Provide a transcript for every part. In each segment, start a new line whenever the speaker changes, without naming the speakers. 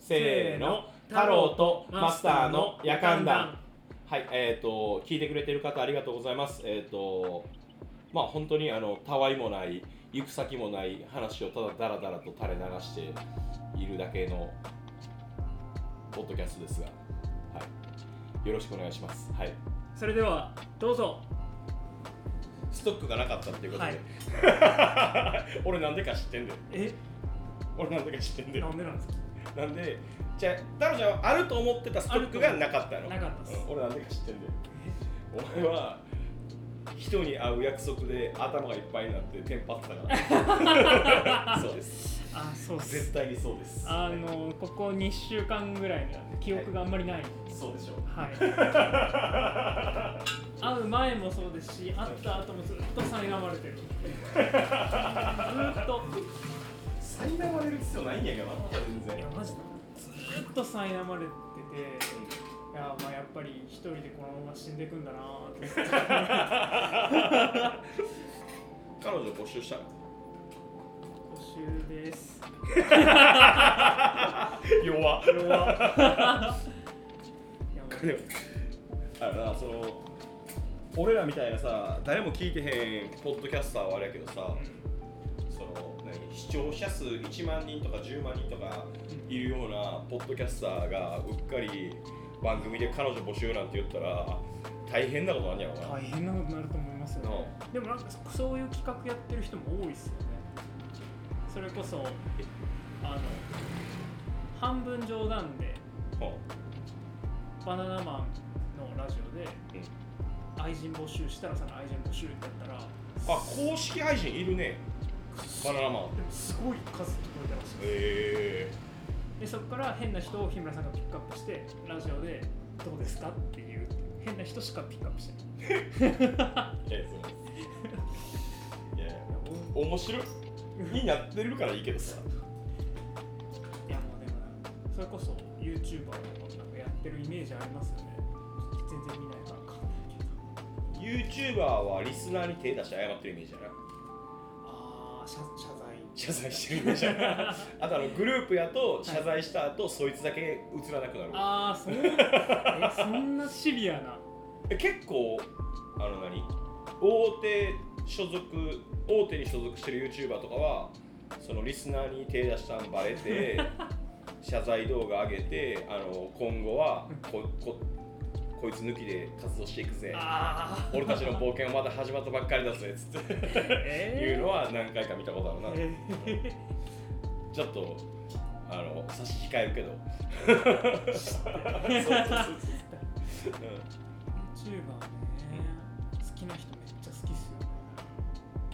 せーの太郎とマスターの夜間談はいえっ、と聞いてくれてる方ありがとうございますえっ、とまあ本当にあのたわいもない行く先もない話をただダラダラと垂れ流しているだけのポッドキャストですが、はい、よろしくお願いしますはい
それではどうぞ
ストックがなかったっていうことで、 俺なんでか知ってんだよ
え
俺なんでか知ってんだ
な
よ
んでなんですか
なんでじゃあ太郎ちゃんはあると思ってたストックがなかったの
なかったっす
うん俺なんでか知ってんだよお前は人に会う約束で頭がいっぱいになってテンパってたから そうです
あそうっ
絶
す
対にそうです
あのここ2週間ぐらいなんで記憶があんまりない
そうでしょ
はい、会う前もそうですし会った後もずっと苛まれてるずーっと
苛まれる必要ないんやけどな全
い
然
やマジでずーっと苛まれてていやまあやっぱり一人でこのまま死んでいくんだなーって ずっと
彼女募集したの
募集です
弱
これはいやもう
でも あれだなその俺らみたいなさ誰も聞いてへんポッドキャスターはあれやけどさ、その何視聴者数1万人とか10万人とかいるようなポッドキャスターがうっかり番組で彼女募集なんて言ったら大変なことなんやろうな、
大変なことになると思いますよねでもなんかそそういう企画やってる人も多いですよねそれこそあの半分冗談で
ほ
バナナマンのラジオで愛人募集したらさの愛人募集ってやったら
うあ公式配信いるねバナナマン
でもすごい数聞こえてらっしゃる
へえ
でそこから変な人を日村さんがピックアップしてラジオでどうですかっていう変な人しかピックアップしてない
いやいやそういやいや面白いになってるからいいけどさ
いやもうでもそれこそ YouTuber とかなんかやってるイメージありますよね全然見ないからわかんないけど
YouTuber はリスナーに手出して謝ってるイメージだな
ああ謝謝罪
謝罪してるイメージだなあとあのグループやと謝罪した後、そいつだけ映らなくなる
ああそんなえそんなシビアな
え結構あの何大手所属大手に所属してる YouTuber とかはそのリスナーに手出したんバレ て謝罪動画上げてあの今後はこここいつ抜きで活動していくぜ
あ
俺たちの冒険はまだ始まったばっかりだぜつってい
え
う
ー
のは何回か見たことあるな、
え
ちょっとあの差し控えるけど
ー、
そうそうそううん
YouTuber ね好きな人めっちゃ好きっすよね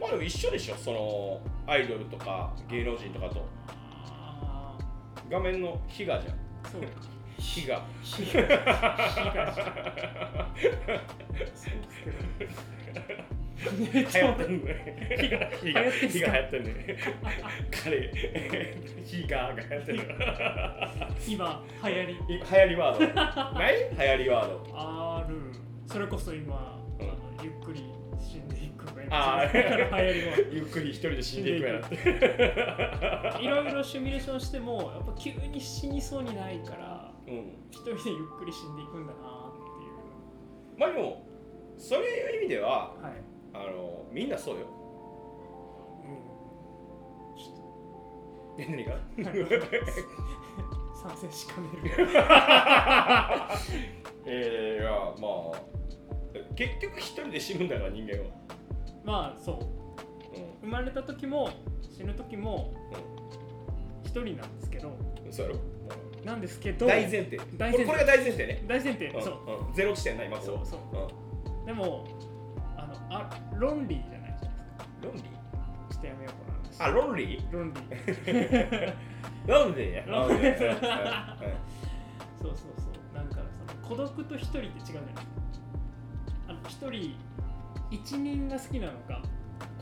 まあでも一緒でしょそのアイドルとか芸能人とかと
あ
画面の比嘉じゃん
あそうか
比嘉
被害者被害者そうですけ
流
ど
行ってんね
比嘉
比嘉
流行ってんすか
比嘉流行ってんね彼比嘉が流行ってる
今流行り
流行りワードない流行りワード
あるそれこそ今、
うん
あのゆっくり死んでいくが
あ
今
ー
流行り
ゆっくり一人で死んでいくやなって
もいろいろシミュレーションしてもやっぱ急に死にそうにないから
うん
一人でゆっくり死んでいくんだなって
まあでもそういう意味では
いうはい、
あのみんなそうよ
うん、ちょ
え何 が
っと賛成しかねる
えー、いやまあ結局一人で死ぬんだから人間は
まあそう生まれた時も死ぬ時も一人なんですけど
うん、うん、そうやろ
なんですけど
大前提
大前提
これこれが大前提ね、
大前提
うん
そう
うんゼロ地点ない今
そうそう
うん、
でもあのあ論理じゃないじゃないですか
ロンリー
ちょっとやめようこの話
あロンリー
論理
ロンリーやロ
ロ
ン
ン
リ
リ
ー
ー
うんうん
そうそうそうなんかその孤独と一人って違うじゃないですかあの一人一人が好きなのか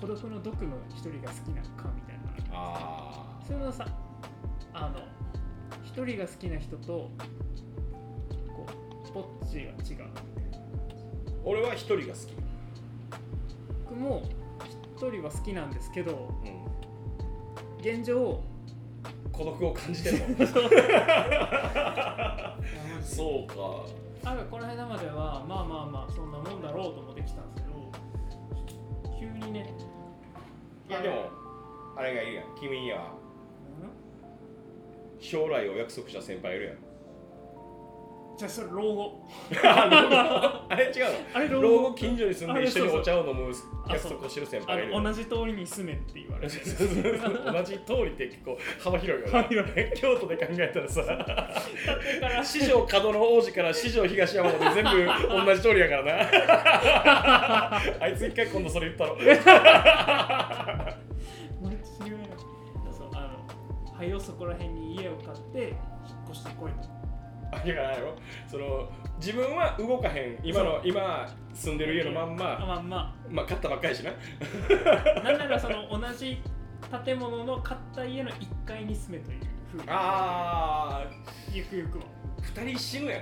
孤独の毒の一人が好きなのかみた いな
あ
そういうのさあの一人が好きな人とこうぼっちが違うみたいな
ー俺は一人が好き、
僕も一人は好きなんですけど
うん、
現状
孤独を感じてるもん
そ う
そうか
なんかこの間まではまあまあまあそんなもんだろうと思ってきたんですけど急にね
いやでもあれがいるやん君には将来を約束した先輩いる
じゃあそれ老 後
やんあれ違う
あれ
の
老
老
後
後近所に住んで一緒にお茶を飲む約束をしてる先
あ
輩いるやん
の同じ通りに住めって 言われて
そうそうそう同じ通りって結構幅広いよ
幅
ね京都で考えたらさ
だから
四条門の王子から四条東山まで全部同じ通りや からなあいつ一回今度それ言ったろ
俺違うよそうあのはよそこら辺に家を買って引っ越してこいと
あれがないよその自分は動かへん今の今住んでる家のまんま
あまあま
まあ買ったばっかりやしな
あなんならその同じ建物の買った家の1階に住めというふうに
あ
ゆくゆくは
ー2人死ぬやん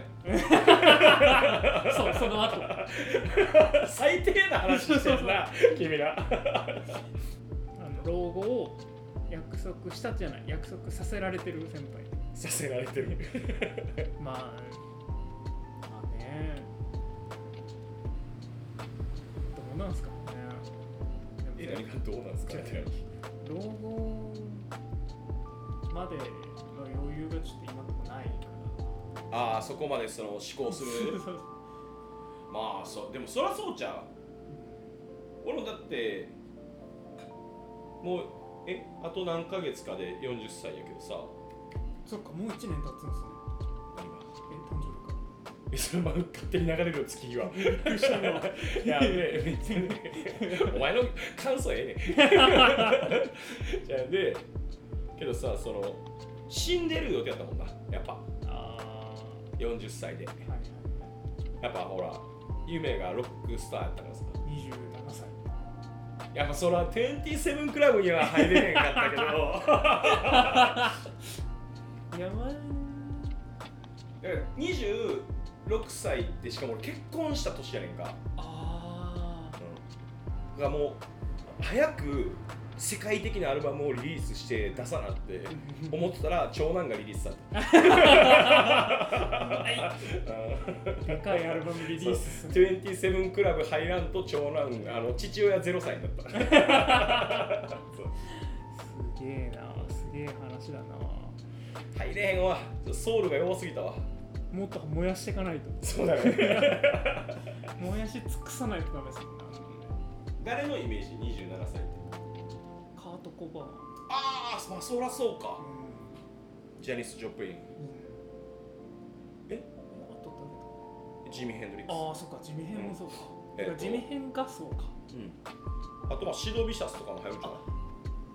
そうその後
最低な話してんな 君ら
あの老後を約束したじゃない約束させられてる先輩
させられてる
まあまあねどうなんすかね
え
でも
何がどうなんですかって
老後までの余裕がちょっと今のところないから
ああそこまでその思考する
そう
まあそうでもそりゃそうちゃう俺もだってもうえあと何ヶ月かで40歳やけどさ
そっかもう1年経つんですね え誕生日か
えそれま 勝手に流れるよ月日は
びっくりしたよ
やべえ別にお前の感想ええ ねんじゃあでけどさその死んでる予定やったもんなやっぱ
あ
40歳で
ーはいはいはい
やっぱほら夢がロックスターやったからさ
27歳
やっぱそら27クラブには入れへんかったけど
やばい
26歳ってしかも俺結婚した年やねんか、
あ
がもう早く世界的なアルバムをリリースして出さなって思ってたら長男がリリースされた
あでかいアルバムリリースする
27クラブ入らんと長男あの父親0歳になった そう
すげえなすげえ話だな
入れへんわソウルが弱すぎたわ
もっと燃やしていかないと
そうだね
燃やし尽くさないとダメですもんね
誰のイメージ27歳って
カートコバー
ああまあそらそうか
う
ジャニス・ジョプリン
ん
え
あと誰だ
ジミー・ヘンドリックス
ああそっか地味編もそうか、
えっと
地味編がそうか
うんあとまあシド・ビシャスとかも入るんじゃない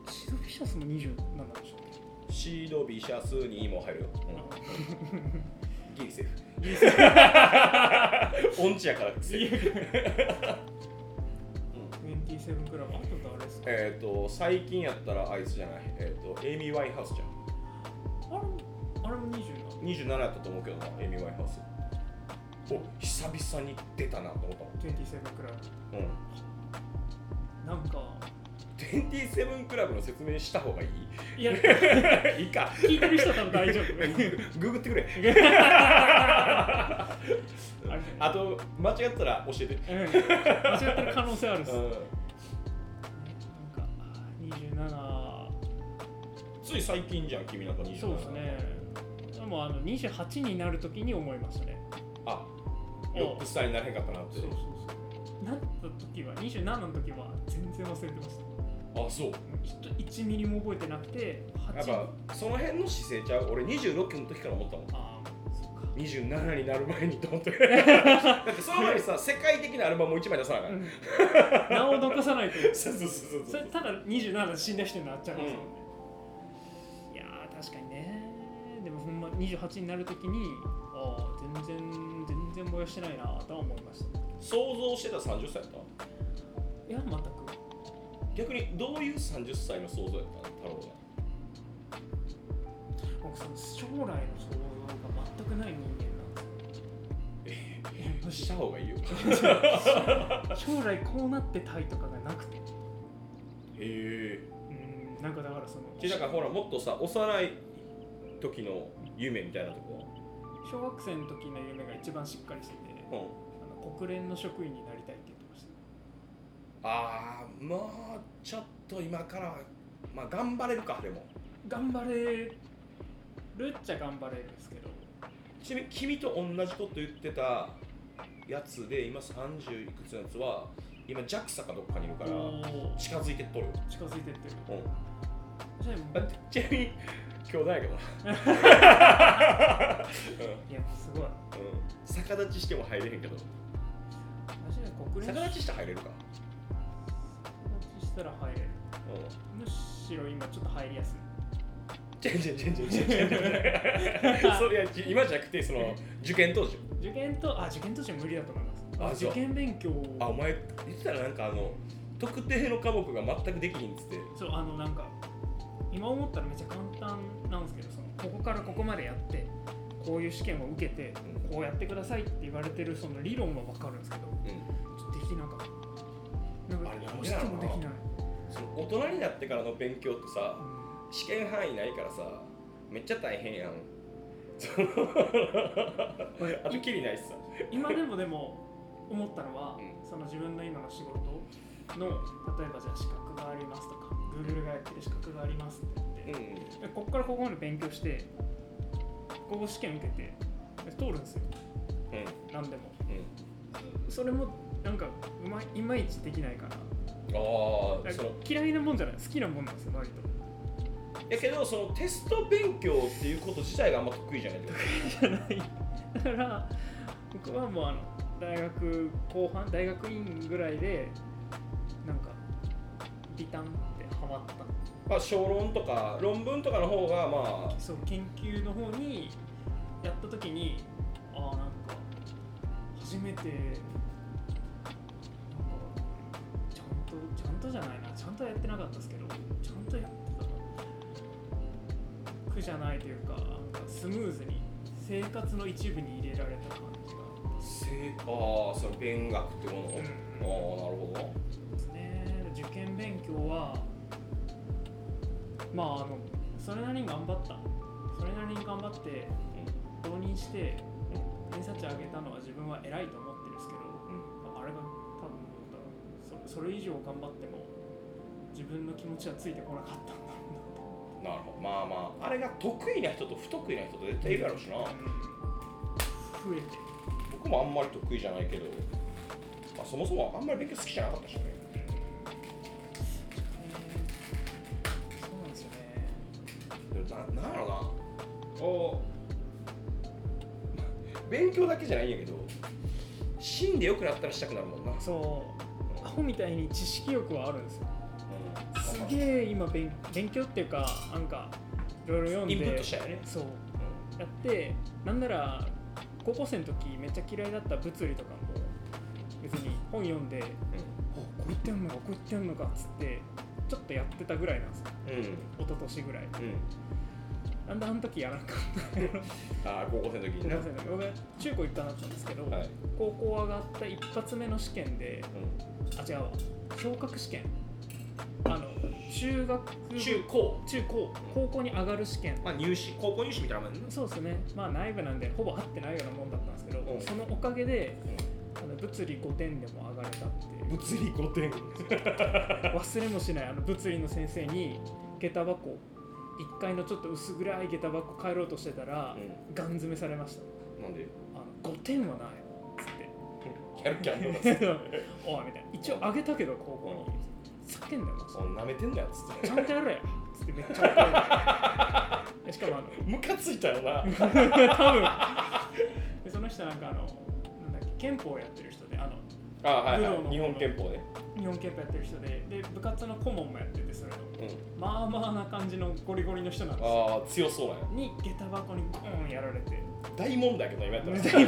シドフィシャスも27でしょ
シド・ビシャスにも入るよ、うん、ギリセーフギリセーフオンチやからセーフ、うん
27クラブあと誰ですか
えっ、と最近やったらあいつじゃないえっ、とエイミー・ワインハウスじゃん
あれあれも27
27やったと思うけどなエイミー・ワインハウスお久々に出たなと思ったもん
27クラ
うん
ブなんか
27クラブの説明した方がい い
いや
いいか
聞いてる人は多分大 丈夫
ググってくれ
あれ
あと間違ったら教えて
うん間違ってる可能性あるっす、
う
ね
ん
なんかあー
つい最近じゃん君なんか27
27そうですねでもあの28になるときに思いましたね
あロックスターになれへんかったなって
そうそうそうなった時は27の時は全然忘れてました
あそう
ちょっと1ミリも覚えてなくて
やっ
8
ぱその辺の姿勢ちゃう俺26の時から思ったもん
あーそっか
27になる前にと思って だってその前にさ世界的なアルバムを1枚出さなあかっ
うん名を残さないと
そうそうそうそう
それただ27で死んだ人になっちゃうんですよね、いやー確かにねでもほんま28になるときにああ全然全然燃やしてないなとは思いました
想像してた30歳やった
いや全く
逆にどういう30歳の想像やったの太郎が
僕その将来の想像が全くない人間なんです
した
よ
方がいいよ
将来こうなってたいとかがなくて
へ
うんなんかだからその
えだからほらもっとさ幼い時の夢みたいなとこ
小学生の時の夢が一番しっかりしてて
うん、
あの国連の職員になりたいって言ってました
ああまあちょっと今からまあ頑張れるかでも
頑張れるっちゃ頑張れるんですけど
ちなみに君と同じこと言ってたやつで今30いくつのやつは今 JAXA かどっかにいるから
おー
近づいてっとるよ、
近づいてってる
うん
じゃあ
あ
もう
ちなみに今日だやけどな、
いやすごい
うんうん、逆立ちしても入れへんけど
マジで国連
逆立ちして入れるか、
逆立ちしたら入れる
う
むしろ今ちょっと入りやす
ん、
い
ちゃんちゃんちゃんちゃんちゃんちゃん それは今じゃなくてその受験当時
受験とあ受験として無理だと思います
あそう
受験勉強
あお前言ってたらなんかあの特定の科目が全くできひんっつって
そうあのなんか今思ったらめっちゃ簡単なんですけどそのここからここまでやってこういう試験を受けて
うん
こうやってくださいって言われてるその理論は分かるんですけど
うん
ちょっとできなかったなん
あれ
か
なん
どう
で
し
や
て
ろう
も
な
できない、
その大人になってからの勉強ってさ試験範囲ないからさめっちゃ大変やんその
う ん
あときりないっすさ
今でもでも思ったのは、
う
その自分の今の仕事の例えばじゃあ資格がありますとか Google がやってる資格がありますって言って
うん、
でここからここまで勉強してここ試験受けてで通るんですよ
うん
何でも
うん
それもなんかうまいいまいちできないから
ああ
だ
そ
から
の
嫌いなもんじゃない好きなもんなんですよ割と
やけどそのテスト勉強っていうこと自体があんま得意じゃないってこと
じゃない だから僕はもうあの大学後半大学院ぐらいでなんかビタンってハマった
まあ小論とか論文とかの方がまあ
そう研究の方にやった時にああなんか初めてなんかちゃんとちゃんとじゃないなちゃんとはやってなかったですけどちゃんとやってたな苦じゃないというかなんかスムーズに生活の一部に入れられた感じが
せああその勉学ってもの、
うん
ああなるほど
ですね受験勉強はまああのそれなりに頑張ったそれなりに頑張って浪人して偏差値上げたのは自分は偉いと思ってるんですけど
うん
あれが多分そそれ以上頑張っても自分の気持ちはついてこなかったんだろ
うんなるほどまあまああれが得意な人と不得意な人と絶対いるやろうしな
うな、うん、増えて
僕もあんまり得意じゃないけど、まあ、そもそもあんまり勉強好きじゃなかったしね
そうなんですよね
でもななんやろうなお勉強だけじゃないんやけど死んで良くなったらしたくなるもんな
そうアホみたいに知識欲はあるんですよすげ
え、
え今勉勉強っていうかなんかいろいろ読んで
インプットしたよね
そうやってなんなら高校生の時めっちゃ嫌いだった物理とかも別に本読んで「あこう言ってんのかこう言ってんのか」っつってちょっとやってたぐらいなんですよ
うんうんうん
一昨年ぐらい
うん
なんであの時やらなかったの
ああ高校生の時に
高
な
校生の時僕は中高一貫だったんですけど、
はい、
高校上がった一発目の試験であ違うわ昇格試験あの中
う
学
ん、中高
中高高校に上がる試験
まあ入試高校入試みたいなもんね、
そうですねまあ内部なんでほぼ合ってないようなもんだったんですけど、
うん
そのおかげであの物理5点でも上がれたっていう
物理5点
忘れもしないあの物理の先生に下駄箱1階のちょっと薄暗い下駄箱帰ろうとしてたら、ガン詰めされました
なんで
あの5点はないっつって
キャルキャルとか
「 おい」みたいな一応上げたけど高校に叫んで ました
そんな舐めてんだよっつって
ちゃんとやれよっつってめっちゃ怒られてしかもあの
ムカついたよな
多分でその人なんかあのなんだっけ憲法をやってる人であの
あはい
武道
は
の
い日本憲法で
日本憲法やってる人でで部活の顧問もやっててそれの
うん
まあまあな感じのゴリゴリの人なんですよ
ああ強そうなんや
に下駄箱にゴーンやられて
大問題やけど今やったら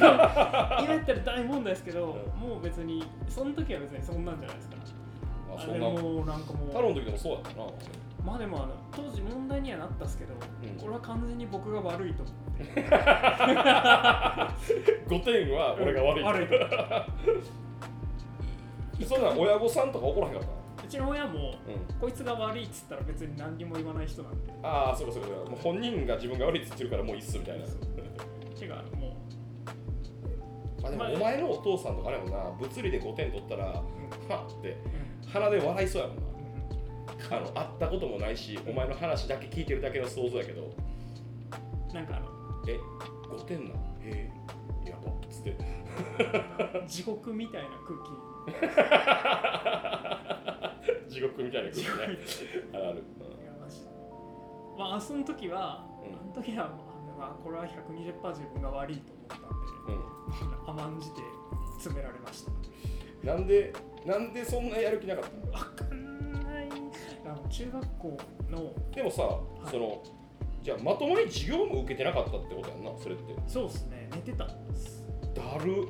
今今やったら大問題ですけど
うん
もう別にその時は別にそんなんじゃないですか
あ
あ
そ
れ
んな
もうなんかも
太郎
う
の時でもそうやったな
まあでもあの当時問題にはなったっすけど、
ん
これは完全に僕が悪いと思って
5点は 俺が悪い
悪いと思って
そんなん親御さんとか怒らへんかった
うちの親も
うん
こいつが悪いっつったら別に何にも言わない人なんで
ああそうかそうかそうかもう本人が自分が悪いって言ってるからもういいっすみたいな
そうちがも
あでも
まあ
お前のお父さんとかあれやもんな物理で5点取ったらは
う、うん
っって鼻で笑いそうやもんな
うん
あの会ったこともないしお前の話だけ聞いてるだけの想像やけど
なんかあ
え5点なのへえやばっつって
の地獄みたいな空気
地獄みたい な空気ねあるある、
いやマジまあその時は、
うん
あの時は、まあ、これは120%自分が悪いと思った
うんうん
んで甘んじて詰められました
なんでなんでそんなやる気なかったの
わかんないあの中学校の
でもさ、
い
そのじゃあまともに授業も受けてなかったってことやんなそれって
そうっすね寝てたんです
だる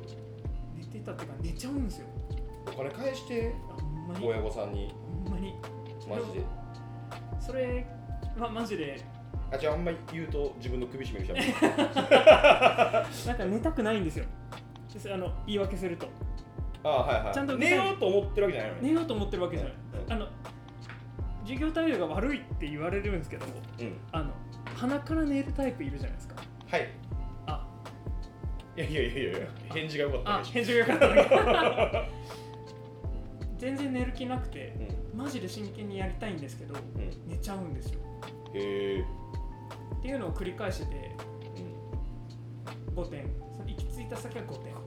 寝てたってか寝ちゃうんですよ
お金返して
あほんまに
親御さんに
ほんまに
マジで
それまあマジで
あじゃああんまり言うと自分の首絞めるじゃん
なんか寝たくないんですよですあの言い訳すると
あはいはい
ちゃんと受け
寝
たい
ようと思ってるわけじゃないのね
寝ようと思ってるわけじゃない
うん
あの授業態度が悪いって言われるんですけど
うん
あの鼻から寝るタイプいるじゃないですか
はい
あ
いやいやいやいやいや返事が良かった
あ
ね
返事がよかったね全然寝る気なくて
うん
マジで真剣にやりたいんですけど
うんへ
寝ちゃうんですよ
え
っていうのを繰り返してて5点その行き着いた先は5点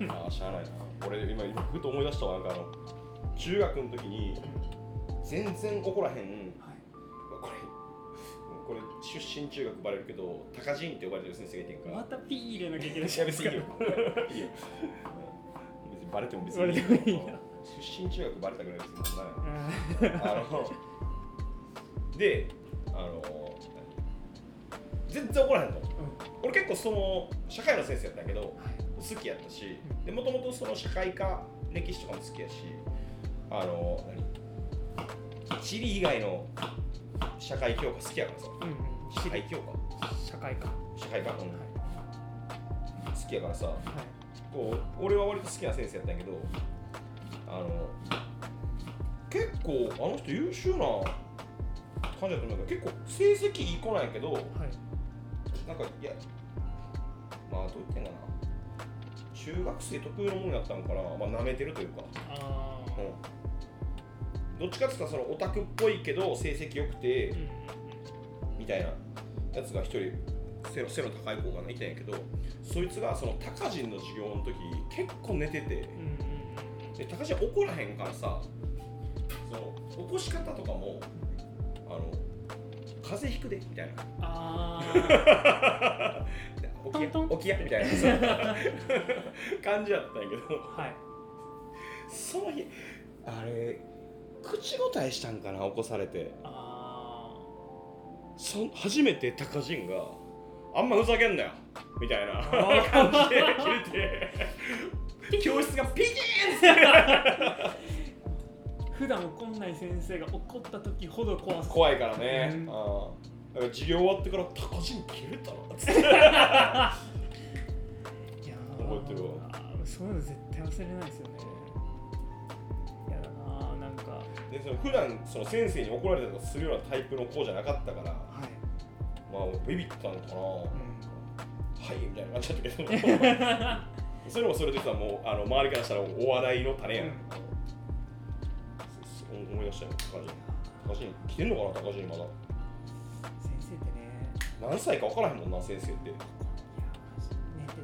うんああしゃあないな俺今今ふと思い出したわなんかあの中学の時に全然怒らへん
はい
これこれ出身中学バレるけど高人って呼ばれてる先生がいてんから
またピー入れなきゃいけな
い
いじゃ
や
ない
別に
ですか
いいよ。いいよ。別にバレても別
バ
に
レてもいいよ
出身中学バレたぐらいですもんね。
うん
あので、あの全然怒らへんの。俺結構その社会の先生やったんやけど好きやったし、でもともとその社会科歴史とかも好きやし、あの何地理以外の社会教科好きやからさ。
うん
社会教科
社会科
社会科、うん好きやからさ。
はい
こう俺は割と好きな先生やったんやけどあの結構あの人優秀な感じだと思うんだけど結構成績いい子なんやけど
はい
なんかいやまあどう言ってんかな中学生特有のものやったのかなまあ舐めてるというか、
ああ
うん、どっちかっていうとそのオタクっぽいけど成績良くてみたいなやつが一人背の背の高い子がねいたんやけどそいつがその高人の授業の時結構寝てて。
うんうんうん
で高橋は怒らへんからさその起こし方とかもあの風邪ひくでみたいな
あ
で起きや
トントン
起きやみたいなさ感じやったんやけど
あはい
その日あれ口答えしたんかな起こされて
あ
そ初めて高人が「あんまふざけんなよ」みたいな
ー
感じで切れて教室がピキーンって
あ普段怒んない先生が怒った時ほど怖さ
怖いからね、
うん
ああだから授業終わってから「高人切れたな」っつって
いやー
覚えてるわ
そういうの絶対忘れないですよねいやだなーなんかは
でその普段その先生に怒られたりとかするようなタイプの子じゃなかったから、ま
い、
あ、ビビったのかな、はいみたいになっちゃったけどそれもそれでさもうあの周りからしたらお笑いの種やん、
うん
そうそう思い出したよ高橋高橋に来てんのかな高橋にまだ
先生ってね
何歳か分からへんもんな先生って
いやー寝て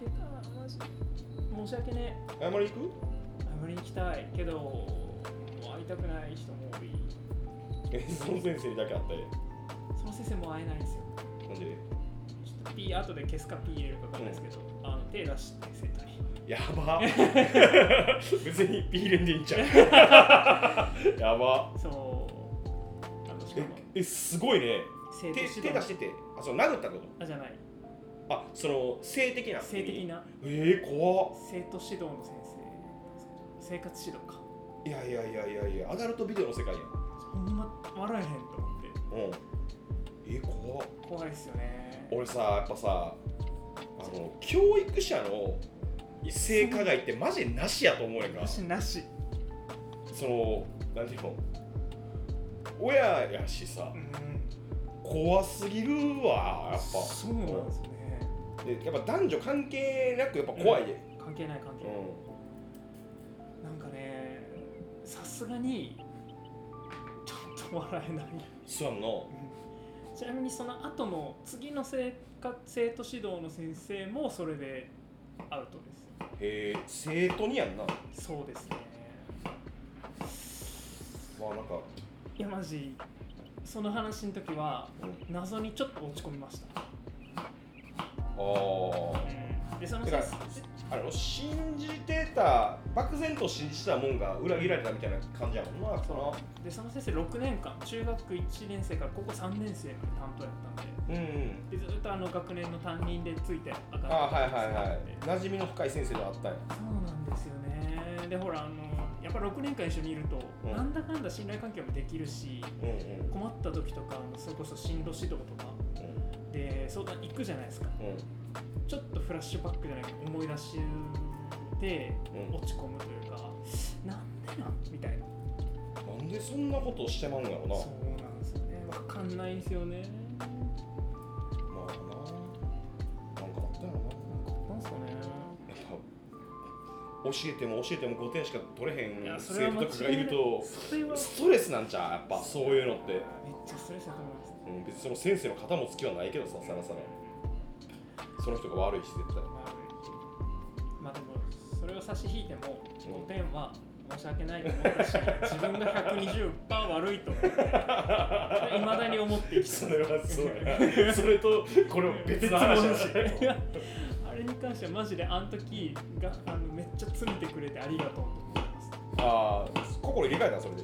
寝てたマジ申し訳ね
謝りに行
えあまり行きたいけどもう会いたくない人も多い
くえその先生にだけあったで
その先生も会えないんですよ
なんで
ちょっとピー後で消すかピー入れるかわかんないですけど、あの手出して生徒に
やば別にピー入れんでいいんちゃうやば
そうあのし
え
かも
えすごいね
生徒
手
指
手
導
出しててあその殴ったってこ
あじゃない
とあその性的な
性的な
えー、怖っ
生徒指導の先生生活指導か
いやいやいやいやいやアダルトビデオの世界やん
ほんま笑えへんと思って
うんえー、怖っ
怖いですよね
俺さやっぱさあの教育者の性加害ってマジでなしやと思うやんか
なしなし、
そのなんていうの親やしさ
うん、
怖すぎるわやっぱ
そうなんですね
でやっぱ男女関係なくやっぱ怖いで、
関係ない関係
う
ない、
ん
なんかねさすがにちょっと笑えない
そうやんな
ちなみにその後の次の生活生徒指導の先生もそれでアウトで
へえ生徒にやんなます
そうですね
あなんか、
いやマジその話の時は
うん、
謎にちょっと落ち込みました、
あ
でその
てか
先生
ああの信じてた漠然と信じてたもんが裏切られたみたいな感じやもんなその
でその先生6年間中学1年生から高校3年生まで担当やったん
うんうん
ででずっとあの学年の担任でついて上
あ
がって
はい
たん
は
で
い
すよ
はい馴染みの深い先生ではあったんや
そうなんですよねでほらあのやっぱ6年間一緒にいると、
うん
なんだかんだ信頼関係もできるし
うんうん
困った時とかあのそれこそ進路指導とかで相談行くじゃないですか
う
ちょっとフラッシュバックじゃないけど思い出して
んうんうん
落ち込むというかなんでなんみたいな
なんでそんなことしてまうんやろな
そうなんですよねわかんないですよねなんか
まあななんかあったやろな
なんすかね
やっぱ教えても教えても5点しか取れへ
い
ん
やそれ
生
は間違
徒
い
とかがいると
それは
ストレスなんちゃうやっぱそういうのって、
めっちゃストレスだと思います
うん、別にその先生の肩もつきはないけどささらさらその人が悪いし絶対
まあでもそれを差し引いても5点は申し訳ないと思ったし自分が120%悪いと思っていまだに思って生き
そ
て
れはそうやそれとこれは別の話だし
別の話 あれに関してはマジであの時があのめっちゃ詰めてくれてありがとうと思います
ああ心入れ替えたそれで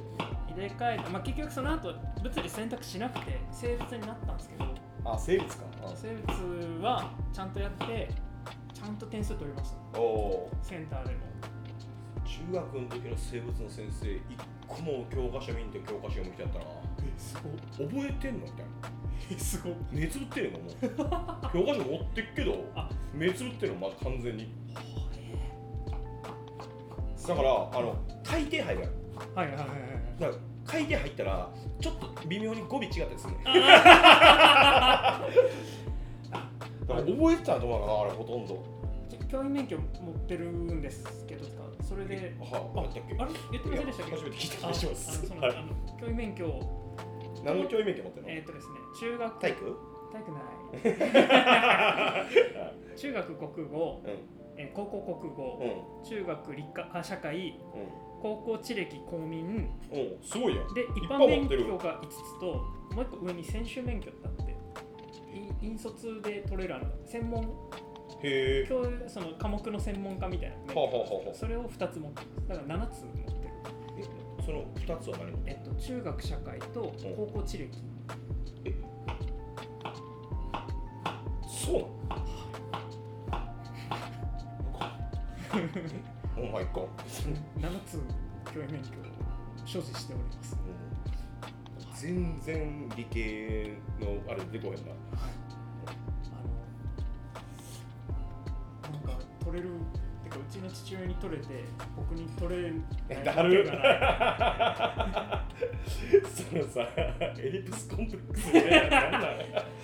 入れ替えた、まあ、結局その後物理選択しなくて生物になったんですけど
あ生物か
生物はちゃんとやってちゃんと点数取りました
おお
センターでも
ー中学の時の生物の先生一個も教科書見んて教科書読む人やったな
えすご
覚えてんのみたいな
えすご
目つぶってるのもう教科書持ってっけど
あ
目つぶってるのまず完全にだからあの海底入るやん
はいはいはいはい
だから海底入ったらちょっと微妙に語尾違ったりするね だから覚えてたと思うからなあれほとんど
き教員免許持ってるんですけどそれで
はあやったっけ
あれ言ってませんでしたっけ
初めて聞いた気
ああ
が
の
し
そ
ます
う
は
なんです
い
あの教員免許を
何の教員免許持ってるの、
えっ、とですね中学
体育
体育ない 中学国語、えー高校国
うん
語、中学理科あ社会
う
高校地歴公民
んうんおすごいやん
で一
一般
般
持
免
ってる
許が5つともう一個上に専修免許ってあってい引率で取れるあの専門
へえ
教その科目の専門家みたいな免許
はあはあはあはあ
それを2つ持ってますだから7つ持ってる
その2つは何
えっと、中学社会と高校地歴、
そう なのお前か
7つ教員免許を所持しております。
全然理系のあれでこへんな
あのなんか取れるてかうちの父親に取れて僕に取れない
だる
わけがない
そのさエリプスコンプレックスみたいなのなんなん
ま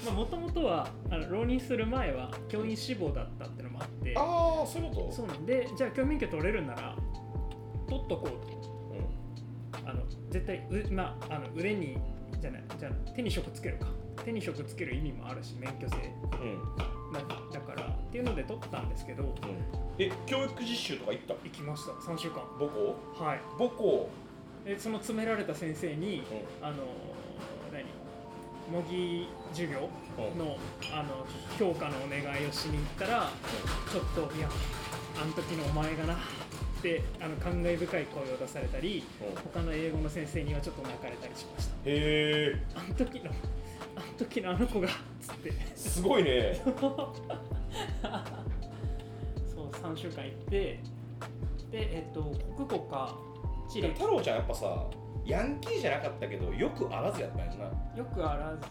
あもともとはあの浪人する前は教員志望だったってのもあって
ああそういうこと
そうなんでじゃあ教員免許取れるなら取っとこうと
う
あの絶対う、まあ、あの腕にじゃないじゃあ手に職つけるか手に職つける意味もあるし免許制
んうん
だだからっていうので取ったんですけど
え教育実習とか行った
行きました3週間
母校
はい
母校
でその詰められた先生にあの何模擬授業
うん
のあの評価のお願いをしに行ったらちょっといやあの時のお前がなってあの感慨深い声を出されたり
うん
他の英語の先生にはちょっと泣かれたりしました
へえ
あの時のあの時のあの子がっつって
すごいね
そう3週間行ってでえっと国語か地歴
太郎ちゃんやっぱさヤンキーじゃなかったけどよくあらずやったよ
よくあらず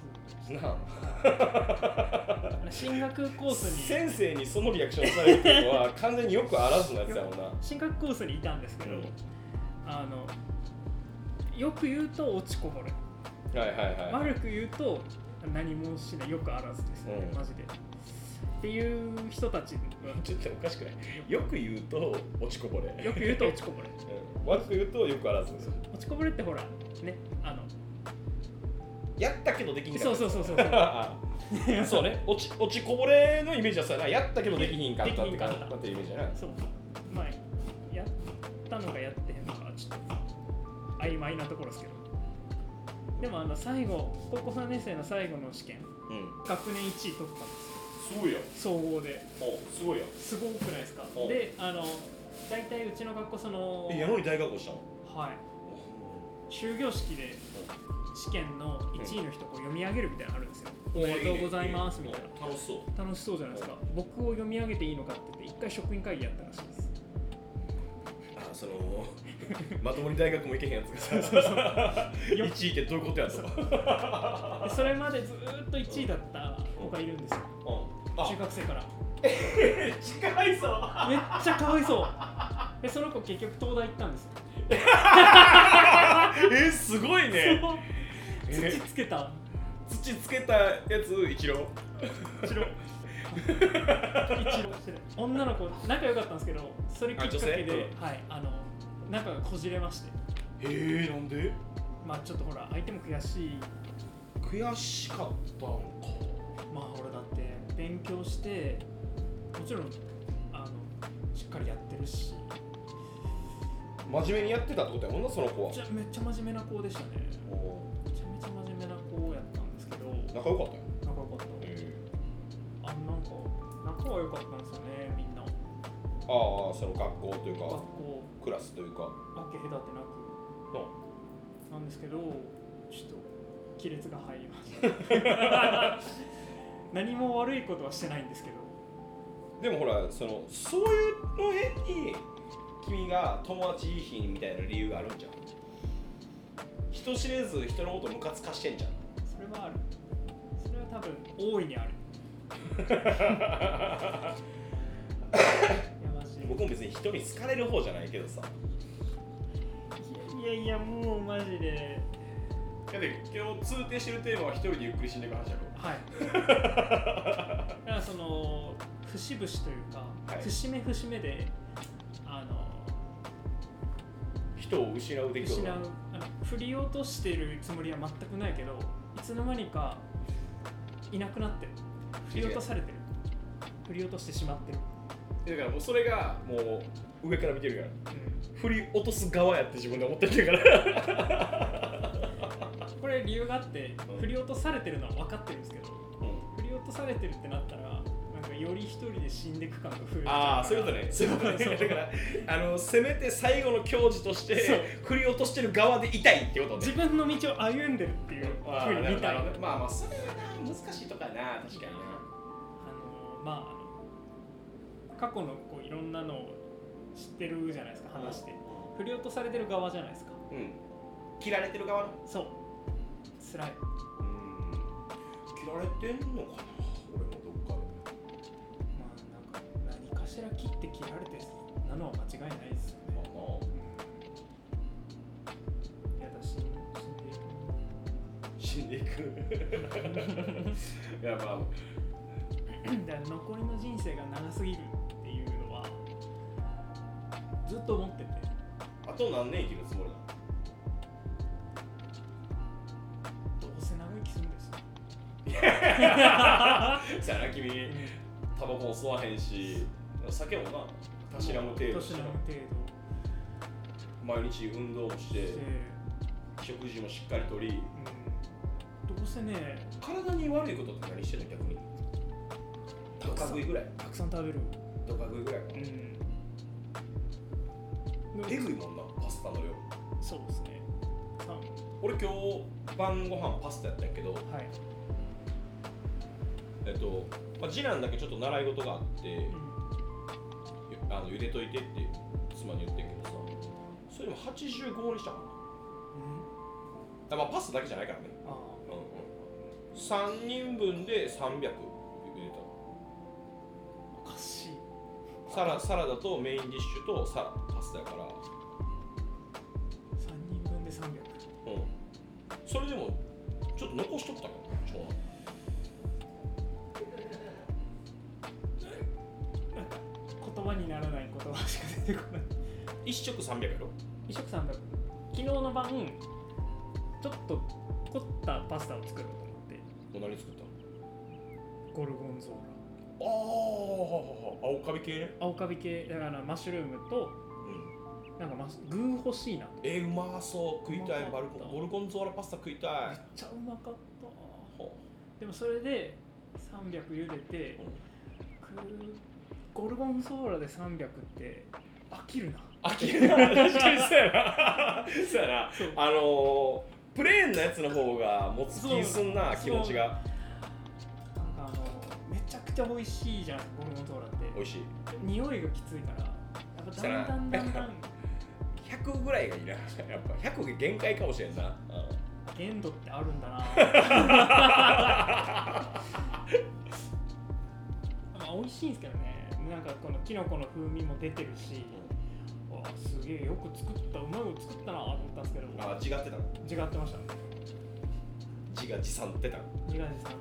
なな
あの進学コー
あ
スに
先生にそのリアクションされるっていうの は完全によくあらずのやつだもんな
進学コースにいたんですけど、
うん
あのよく言うと落ちこぼれ、
はいはいはい
悪く言うとあ何もしないよくあらずですね、
うん
マジでっていう人たちは
ちょっとおかしくないよく言うと落ちこぼれ
よく言うと落ちこぼれ
うん悪く言うとよくあらず
落ちこぼれってほらねあの
やったけどできんかった
そうそうそうそうそう
ああ そうね落ち落ちこぼれのイメージはさやったけどできひんかったって
できひんかった
だっていうイメージじゃない
そうまあやったのかやってへんのかはちょっと曖昧なところですけどでもあの最後高校3年生の最後の試験
うん
学年1位取ったんですよ
すごいよ
総合で
もうすごいよ
すごくないですか
お
であの大体うちの学校その
え山口大学校したの
はい終業式で試験の1位の人を読み上げるみたいなのあるんですよ、おめでとうございますみたいな
な楽しそう
楽しそうじゃないですか僕を読み上げていいのかって言って一回職員会議やったらしいです
あその まともに大学も行けへんやつが さ1位ってどういうことやとか
でそれまでずーっと1位だった子がいるんですよ中学生から
近いぞ
めっちゃかわいそうでその子結局東大行ったんですよ
えすごい ね
そう土つけた
土つけたやつ一郎
一郎一郎女の子仲良かったんですけどそれきっかけ
あ女性
で、はい、あの仲がこじれまして
へえなんで
まあちょっとほら相手も悔しい
悔しかったんか
まあ俺だって勉強してもちろんあのしっかりやってるし
真面目にやってたってことやもんなその子は
めちゃめっちゃ真面目な子でしたね
お
めちゃめちゃ真面目な子やったんですけど
ー仲良かったよ
仲良かったあなんか仲は良かったんですよねみんな
ああその学校という
学
か
校
クラスというか
分け隔てなくなんですけどちょっと亀裂が入りました 何も悪いことはしてないんですけど
でもほらそのそういうの辺に君が友達いい日みたいな理由があるんじゃん人知れず人のことムカつかしてんじゃん
それはあるそれは多分大いにあ るやましい
僕も別に人に好かれる方じゃないけどさ
いやいやもうマジで
だって今日通底してるテーマは一人でゆっくり死んでいく話だろ
はい だからその節々というか、
はい
節目節目であの
人を失う出来
失
事
う
が
あの振り落としてるつもりは全くないけどいつの間にかいなくなってる振り落とされてる振り落としてしまってる、
だからもうそれがもう上から見てるから振り落とす側やって自分で思ってる から
これ理由があって
うん
振り落とされてるのは分かってるんですけど
うん
振り落とされてるってなったらなんかより一人で死んでいく感が増える
ああそういうこと ねそういうことね
そう
だからあのせめて最後の矜持として
そう
振り落としてる側でいたいってことね
自分の道を歩んでるっていう
あ
ふう
ーな
に
る
見
ほど
たい
なるほどまあまあそれはな難しいとかやな確かに
あのまああの過去のこういろんなのを知ってるじゃないですか
な
話して振り落とされてる側じゃないですか
うん切られてる側の
そう辛い
うん切られてんのかな俺もどっかで
まあなんか何かしら切って切られてなのは間違いないですよね
まあまあ
いやだし死んでいく
死んでいく いやまあ
だから残りの人生が長すぎるっていうのはずっと思ってて
あと何年生きるつもりなの
どうせ長生きするんですよ
そやな君タバコも吸わへんし酒もなたしらむ程度
たしらむ程度
毎日運動もして
して、
食事もしっかりとり
うん、どうせね
体に悪いことって何してるの逆にドカ食いぐらい
たくさん食べる
ドカ食いぐらいか
うん
えぐいもんなパスタの量
そうですねさん
俺今日晩ご飯パスタやったんやけど
はい、
えっと、まあ、次男だけちょっと習い事があって、
うん
あの茹でといてって妻に言ってんけどさそれでも85にしたかなあまあパスタだけじゃないからね
あ
うんうん、3人分で300入れ
あおかしい
たサラサラダとメインディッシュとサラパスタやから、
3人分で300
うん、それでもちょっと残しとったから長男
にならない言葉しか出てこない
一食300やろ
一食三百昨日の晩ちょっと凝ったパスタを作ろうと思って
もう何作ったの
ゴルゴンゾー
ああ青カビ系ね
ラ青カビ系だからマッシュルームと
うん
なんかマッシュ具欲しいなめっ
えーうまそう食いた
う
い
ま
バ
か
ル
った
コンゴルゴンゾーラパスタ食いたい
ちゃうまかった
ほ
でもそれで300茹でて
ううん
くゴルゴンゾーラで300って飽きるな
飽き るな確かにそうやなそうやな
そう
あのー、プレーンなやつの方がもつ気すんな
そ
気
う
持ちが
なんかあのめちゃくちゃ美味しいじゃんゴルゴンゾーラ
美
っ
味しい
て匂いがきついからやっぱだんだんだんだん
100ぐらいがいいなやっぱ100が限界かもしれんな、
限度ってあるん だなまあ美味しいんですけどねなんかこのキノコの風味も出てるしわあすげえよく作ったうまいこと作ったなと思ったんですけど
あ違ってたの
違ってました
字が持参ってたの
違うさん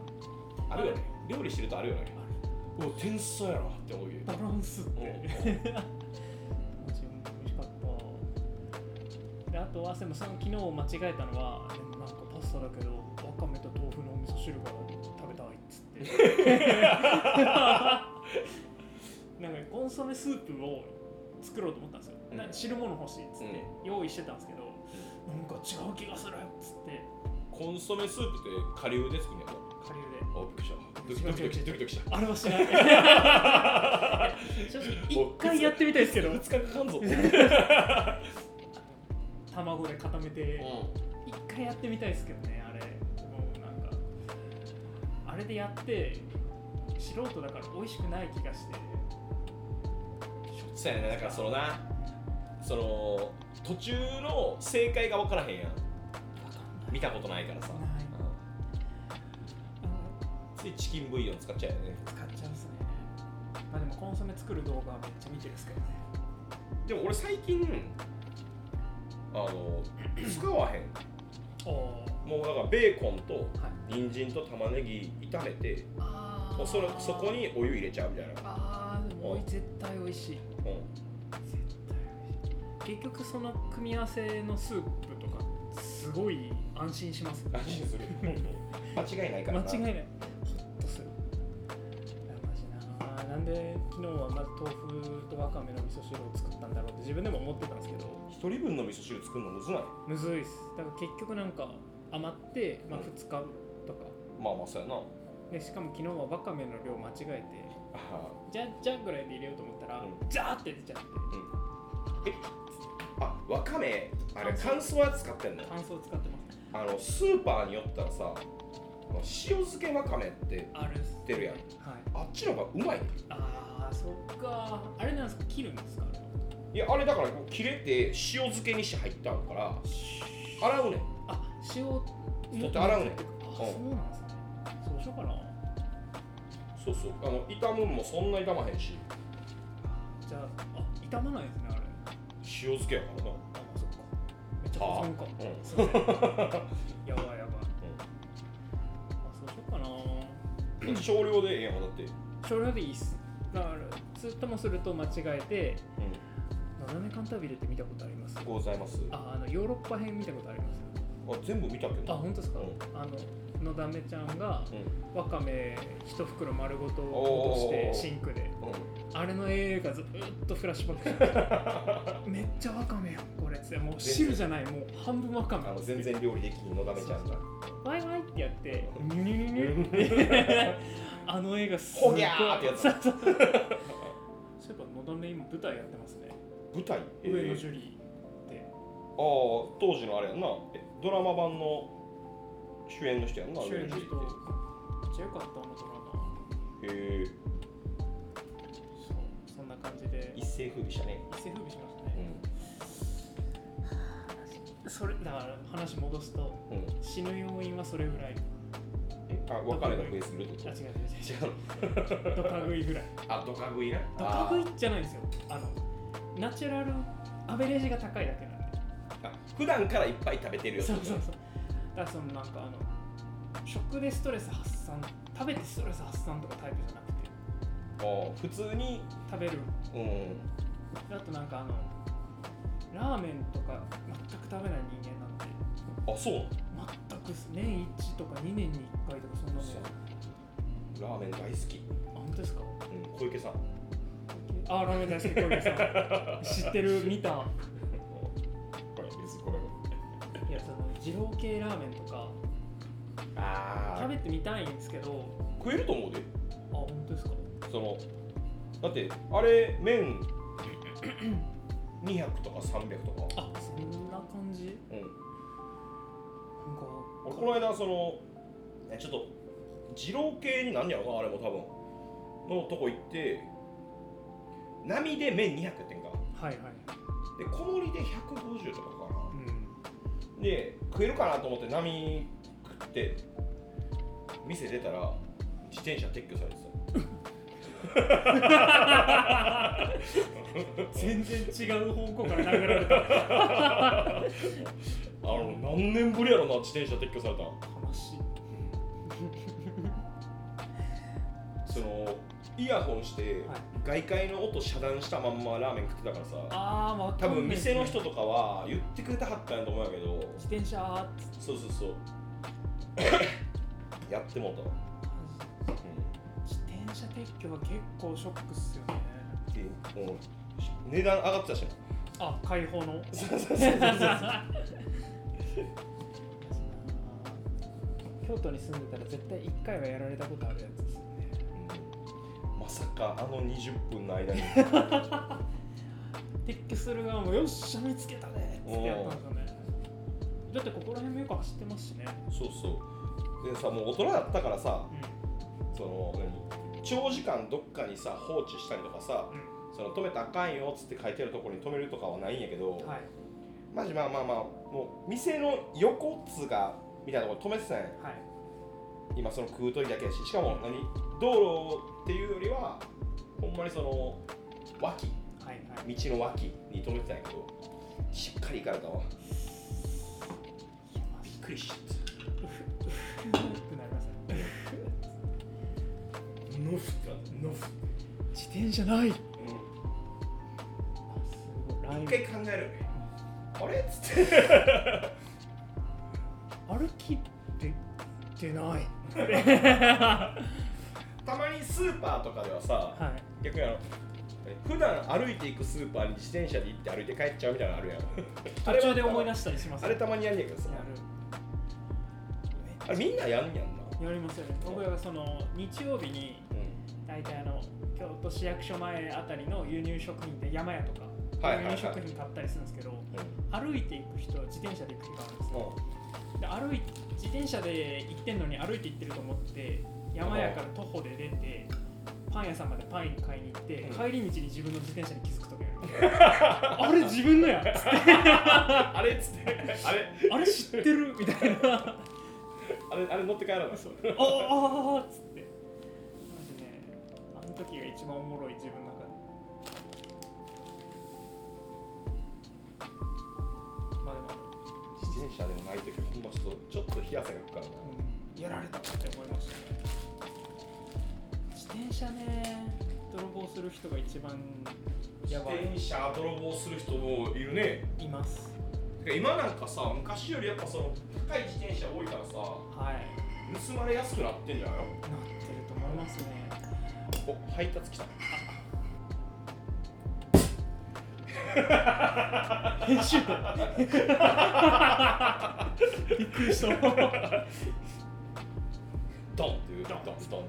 あるよね料理してるとあるよねうわ天才やなって思うよ
バランスって
うん
マジ美味しかったであとはでもその昨日間違えたのはでもなんかパスタだけどわかめと豆腐のお味噌汁が食べたいっつって なんかコンソメスープを作ろうと思ったんです
う
よ、
ん
なんか汁物欲しいっつって、
う
用意してたんですけどなんか違う気がするっつって
コンソメスープって顆粒で作るんやろ
下流で
あびっくりしたドキドキドキドキドキした
あれはしない 正直一回やってみたいですけど
2日かかんぞ
卵で固めて一回やってみたいですけどねあれもうなんかあれでやって素人だから美味しくない気がして
そうやねだからそのなその途中の正解が分からへんやん見たことないからさ、
ない
うん
あ
ついチキンブイヨン使っちゃうよね
の使っちゃうっすねまあでもコンソメ作る動画はめっちゃ見てるっすけどね
でも俺最近あ の使わへん
おお
もうだからベーコンと
はい
人参と玉ねぎ炒めて
あ
もうそれそこにお湯入れちゃうみたいな、
ああでも絶対美味し
う
い
ん、
絶対美味しい結局その組み合わせのスープとかすごい安心しますよね
安心する 間違いないからな
間違いないホッとするいやマジななんで昨日はまず豆腐とわかめの味噌汁を作ったんだろうって自分でも思ってたんですけど
一人分の味噌汁作るのむずない
むずいっすだから結局なんか余って、まあ、
うん
2日とか、
まあまあそうやな
でしかも昨日はわかめの量間違えて
あ
じゃじゃぐらいで入れようと思ったら、
う
じゃーって出ちゃって
あわかめあれ
乾
乾
燥
燥は使ってんの
乾燥使ってます
あのスーパーによったらさあの塩漬けわかめって
あるっす
出るやん
はい
あっちの方がうまい
あーそっかあれなんですか切るんですかあれはい
やあれだからこう切れて塩漬けにして入ったんから洗うねん
あ塩
取って洗うねん
あそうなんですねそうしようかな
そうそうあの炒むんもそんな炒まへんし
じゃああ傷まないですねあれ
塩漬けやからな
あそっかめっちゃ保存か
あうん
すいませんやばいやばいあそうしようかな
うん少量でええやんだって、うん、
少量でいいっすだからつともすると間違えて斜めカンタービレって見たことあります
ございますあ
ああのヨーロッパ編見たことあります
全部見たけ
あ
ど
本当ですか、あののだめちゃんが
うん
わかめ一袋丸ごと落として
おー
シンクで
うん
あれの映画ずっとフラッシュバックしてるめっちゃわかめやんこれっつってもう汁じゃないもう半分わかめ
あの全然料理できんのだめちゃんが
ワイワイってやってニュニュニュニュってあの映画すごい
ほぎゃーってやつ
そうそうそういえばのだめ今舞台やってますね
舞台え
上野
ー
ジュリーで
ああ当時のあれやんなえドラマ版の主演の人やんな
主演の人め
上野
っ
樹里って
ちゃ良かったあのドラマ
へえ
そうそんな感じで
一世風靡したね
一世風靡しました
う
ね
ん
それだから話戻すと
うん
死ぬ要因はそれぐらい
えあ別れたベースするって
あ違
こ
う
と違うの
違う 違う違うドカ食いぐらい
あドカ食いな
ドカ食いじゃないんですよあのナチュラルアベレージが高いだけなんで
あ普段からいっぱい食べてるよ
そうそうそうだからそのなんかあの食でストレス発散食べてストレス発散とかタイプじゃなく
あ
て
普通に
食べる
うん
あとなんかあのラーメンとか全く食べない人間なので
あそう
全く年1とか2年に1回とかそんなもん
そうラーメン大好き、
あ本当ですか
うん、小池さん
あラーメン大好き小池さん 知ってる見た
これ別にこれ
いやその二郎系ラーメンとか
あ
食
あ
べてみたいんですけど
食えると思うで
あ本当ですか
そのだってあれ麺200とか300とか
あそんな感じ
うん
なんか
俺この間そのえちょっと二郎系になんねやろなあれも多分のとこ行って波で麺200やってんか
はいはい
で小盛りで150とかかな
うん
で食えるかなと思って波食って店出たら自転車撤去されて
全然違う方向から殴 られた
たあの何年ぶりやろな自転車撤去されたん
悲しい
そのイヤホンして
はい
外界の音遮断したまんまラーメン食ってたからさ
ああわか
多
んない
分
ですね
店の人とかは言ってくれたはったんやと思うんやけど
自転車ーっつって
そうそう そうやってもうたわ、
自転車撤去は結構ショックっすよね
でもう値段上がってたしな
あ解放 の
そう そうそうそう
京都に住んでたら絶対1回はやられたことあるやつですよね
まさかあの20分の間に
撤去する側もよっしゃ見つけたねっつってやったんですよねだってここら辺もよく走ってますしね、
そうそうでさもう大人だったからさその何長時間どっかにさ放置したりとかさ
う
その止めたらあかんよっつって書いてあるところに止めるとかはないんやけど、
んはい
マジまあまあまあもう店の横っつがみたいなところ止めてたんや
はい
今その食うときだけやししかも何道路っていうよりはほんまにその脇道
はいはい
の脇に止めてたんやけどしっかり行かれたわ
いやまあ
びっくりした
うふってなりましたね
ノフってなってノフ
自転車ない
う
すごいラ
ん、
イン
一回考えるよねあれっつって
歩きって出ない
たまにスーパーとかではさ
はい
逆にあの普段歩いていくスーパーに自転車で行って歩いて帰っちゃうみたいなのあるやんあれ
途
は
中で思い出したりします
あれたまにやんねんけどさ
や
あれみんなやんねやんな
るやりますよね僕はその日曜日に
う
大体あの京都市役所前あたりの輸入食品で山屋とか、
はいはいはい
輸入食品買ったりするんですけど歩いていく人は自転車で行く人があるんです
ん
よで歩い自転車で行ってんのに歩いて行ってると思って山屋から徒歩で出てパン屋さんまでパン買いに行って、
うん
帰り道に自分の自転車に気づくとかや るあれ自分のやつって
あれっつってあれ
あれ知ってるみたいな
あれあれ乗って帰らない
あああっつってマジねあの時が一番おもろい自分の中でまあでも、
自転車でもない時ほんまちょっとちょっと冷や汗がくからな
うん、やられたって思いましたね自転車ね泥棒する人が一番やばい
車泥棒する人もいるね
います
てか今なんかさ昔よりやっぱその高い自転車多いからさ
はい
盗まれやすくなってんじゃないの
なってると思いますね
お配達来た
編集 部びっくりした
ドンっていうドンドンって
あの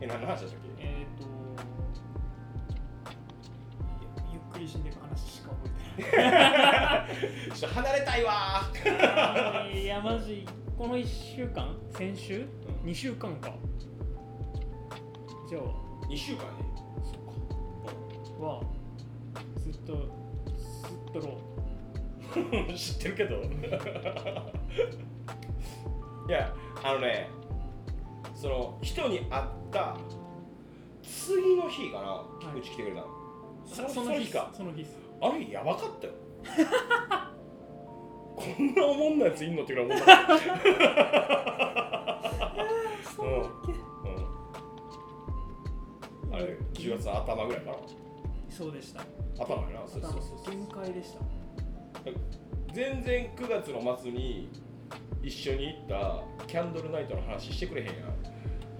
え何の話でしたっけ
えっ、ー、といやゆっくり死んでいく話しか覚えて
ちょっと離れたいわー
ないいやマジこの1週間先
う
週、
ん
2週間かじゃあ
2週間ねそ
はずっとずっとロ
っか知ってるけどいやあのねその人に会った次の日かな菊池来てくれたの、そ
ー
その日か
その日っす
あれやばかったよ こんなおもんなやついんのってぐらいおもんなかったうんうんあれ10月頭ぐらいから
そうでした
頭かなそうそうそう
限界でした
全然9月の末に一緒に行ったキャンドルナイトの話してくれへんやん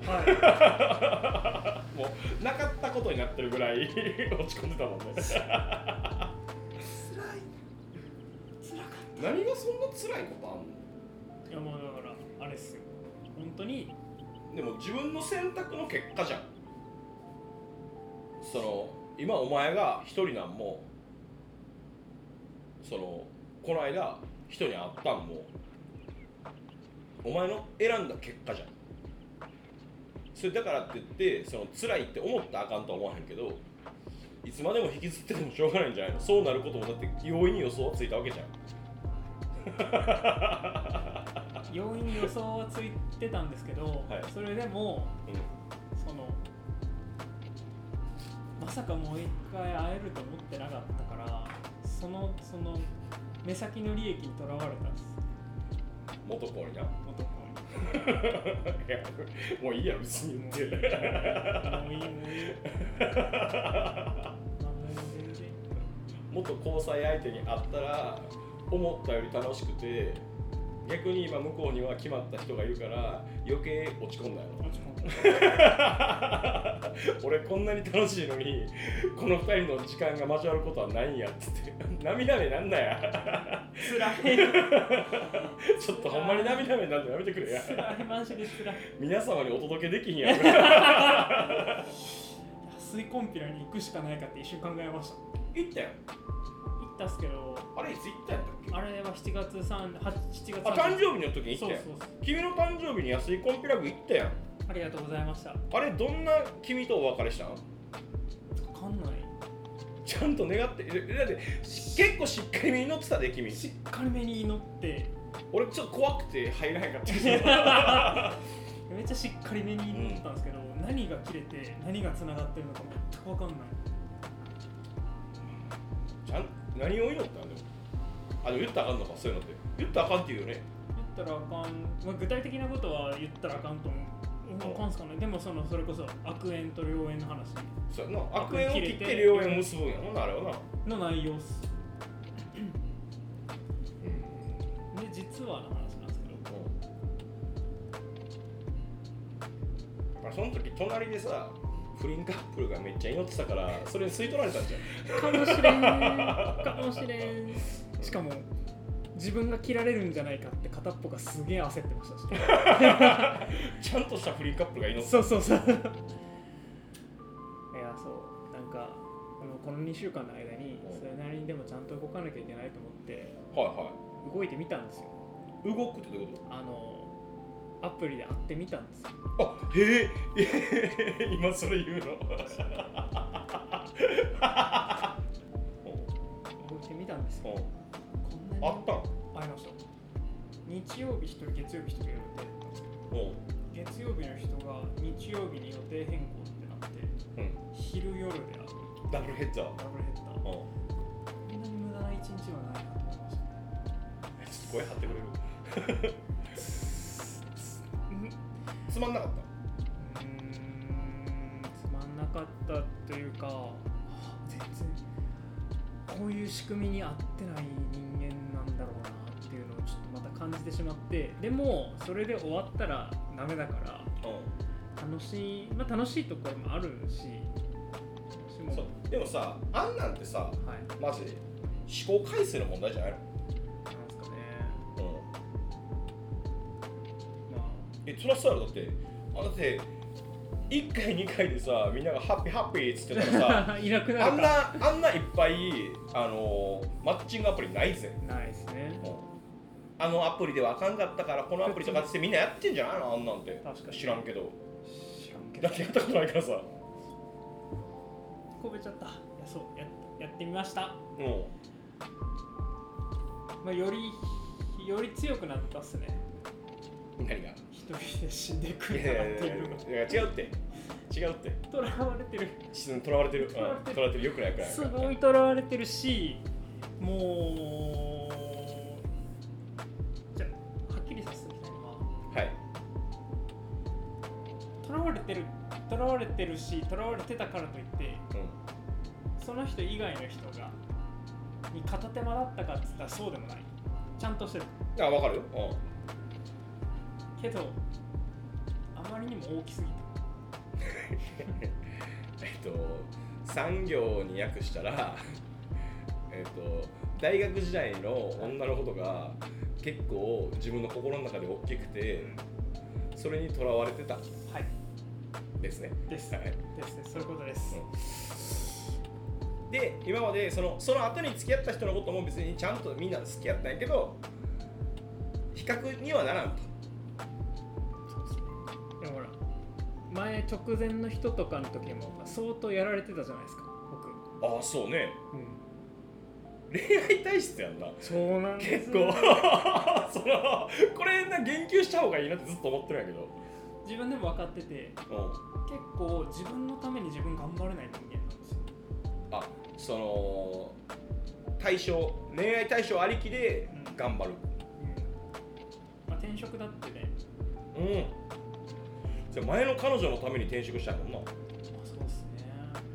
は
もうなかったことになってるぐらい 落ち込んでたもんね
い辛い辛かっ
何がそんな辛いことあんの
たいやもうだからあれっすよ本当に
でも自分の選択の結果じゃんその今お前が一人なんもそのこの間人に会ったんもお前の選んだ結果じゃんそれだからって言ってその辛いって思ったらあかんとは思わへんけどいつまでも引きずっててもしょうがないんじゃないのそうなることもだって容易に予想はついたわけじゃん
容易に予想はついてたんですけど、
はい
それでもそのまさかもう一回会えると思ってなかったからそのその目先の利益にとらわれたんです
元子にない
男に。
やもういいやろ別に言って
もういいもういい。
元交際相手に会ったら思ったより楽しくて逆に今向こうには決まった人がいるから余計落ち込んだよ俺こんなに楽しいのにこの2人の時間が交わることはないんやっつって 涙目なんだや
辛い。
ちょっとほんまに涙目なんでやめてくれや
辛いマジで辛い。
皆様にお届けできひんやろ
水コンピラに行くしかないかって一瞬考えました。
行ったよ
行ったっすけど、
あれいつ行ったんだっけ
あれは7月三8 7月
あ誕
日
生日の時に行
そ
った
う
やん
そうそう。
君の誕生日に安いコンピラグ行ったやん
ありがとうございました。わ
あれどんな君とお別れしたん
かんない。
ちゃんと願ってえだってし結構しっかりめに乗ってたで君
しっかりめに祈 って、
俺ちょっと怖くて入らへんかったけど
めっちゃしっかりめに祈ったんですけど、何が切れて何が繋がってるのか全くわかんない。
ちゃん何を祈ったんでもあでも言ったらあかんのかそういうのって言ったらあかんって言うよね
言ったらあかん、まあ、具体的なことは言ったらあかんと思う。あかんすかね、でもそのそれこそ悪縁と良縁の話
そうやな
悪
悪縁を切って良縁を結ぶんやもんなあれはな
の内容っす。で、実はの話なんですけど、
だからその時隣でさ不倫カップルがめっちゃ祈ってたからそれに吸い取られたんじゃん
かもしれん、かもしれん。しかも、自分が切られるんじゃないかって片っぽがすげえ焦ってましたし。
ちゃんとした不倫カップルが祈ってた
そうそう そう。いや、そう、なんか、あのこの2週間の間に、それなりにでもちゃんと動かなきゃいけないと思って、
は
動いてみたんですよ。
いはい動くってどういうこ
あのアプリで会ってみたんですよ
とあへえ 今それ言うの
動いてみたんですよ
うん
こんなに
あったん
会いました日曜日一人月曜日一人が予定だったんですよ
うん
月曜日の人が日曜日に予定変更ってなって、
うん
昼夜で会う
ダブルヘッダー。
ダブルヘッダー
うん。
こんなに無駄な一日はないなと思いましたね
声張ってくれる。
うんう
つまんなかっ
ーんつまんなかったというかあ全然こういう仕組みに合ってない人間なんだろうなっていうのをちょっとまた感じてしまってでもそれで終わったらダメだから
た。う
楽しい、まあ、楽しいところもあるし私も
そう。でもさ、あんなんてさ、
はいなんで
マジで思考回数の問題じゃない
すかね
の。うん。
ま
え、つらそうやろだって。あだって一回二回でさ、みんながハッピーハッピーっつってたら さ。
あ いなくな
あん
るか
なあんないっぱいあのマッチングアプリないぜ。
ないですね
うんあのアプリではあかんかったからこのアプリとかっつってみんなやってんじゃないのあんなんて
確かに
知らんけど
知らんけ
だってやったことないからさ
こべちゃったいやそうややってみました
うん
まあ、よりより強くなったっすね
何が
一人で死んでく
い
るか
や
らっ
い
て
やい
いうのが
やいや違うって違うって
とらわれてる
自然にとらわれてるうんと
囚われて
ら
る
われてるよくないよくない
すごいとらわれてるしもうじゃあはっきりさせておきたいのは
はい
とらわれてるとらわれてるしとらわれてたからといって
う
その人以外の人がに片手間だったかっつったらそうでもないちゃんとしてる
ん、あ分かるよ、うん
けどあまりにも大きすぎた
えっと産業に訳したら えっと大学時代の女の子とか結構自分の心の中で大きくてそれにとらわれてた
はい
ですね
です
はい
ですですそういうことです、
で今までそのその後に付き合った人のことも別にちゃんとみんな付き合ったんやけど比較にはならんと
でもほら前直前の人とかの時も相当やられてたじゃないですか僕、
ああそうね恋愛体質やんな
そうなん
結構 そのこれな言及した方がいいなってずっと思ってるんやけ
自分でも分かってて
ど、うん、
結構自分のために自分頑張れない人間なんですよ
あその対象恋愛対象ありきで
うん
頑張る
まあ、転職だってね、
うん、じゃあ前の彼女のために転職したんやもんな
まあ、そうですね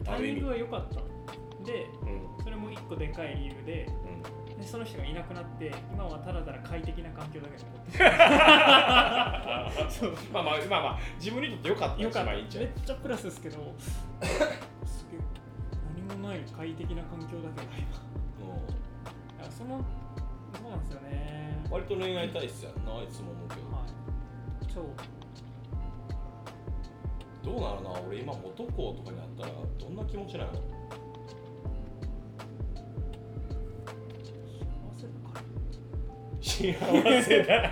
あ
タ
る意味
イミングは良かったで
うん
それも一個でかい理由ででその人がいなくなって今はただただ快適な環境だけ残ってるそう
まあまあまあまあ自分にとってよかった
よか
一
った
番
め
いい
っ
んちゃう
ちゃプラスですけどすげえ何もない快適な環境だけど今
う
いやそのそうなんですよね
ん割と恋愛体質やんないつも思うけ
はい超
どどうなるな俺今元校とかになったらどんな気持ちなの
幸
幸せ
せだから
だ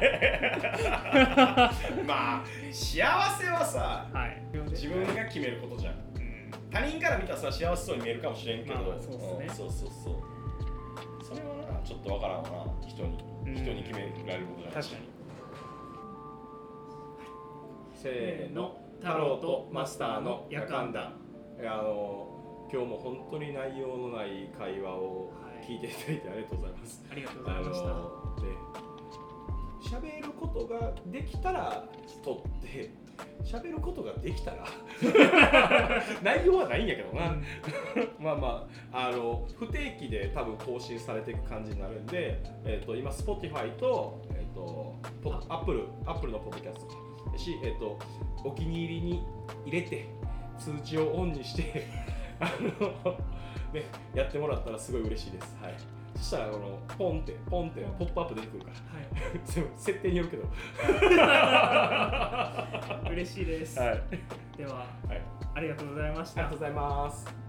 まあ幸せはさ
はい。
自分が決めることじゃん
うん
他人から見たらさ幸せそうに見えるかもしれんけど、
まあまあそうっすね
んそうそうそうそれはなちょっとわからんわな人に、
うん
人に決められることじゃない
確かに
せ
ーの太郎とマスターの夜間談
いやあの今日も本当に内容のない会話を
はい
聞いていただいてありがとうございます、
ありがとうございまし
あ
た。
ので喋ることができたらとって喋ることができたら 内容はないんやけどな、まあまあ、あの不定期で多分更新されていく感じになるんで、えー、と今 Spotify と,、えー、とポ
あ
Apple, Apple のポッドキャストとかやし、えー、とお気に入りに入れて通知をオンにしてあの、ね、やってもらったらすごい嬉しいです、はい、そしたらこのポンってポンってポップアップ出てくるから 全部設定によるけど、
はい、嬉しいです。
はい、
では、
あり
ありがとうございまし
が
た
とう。ございます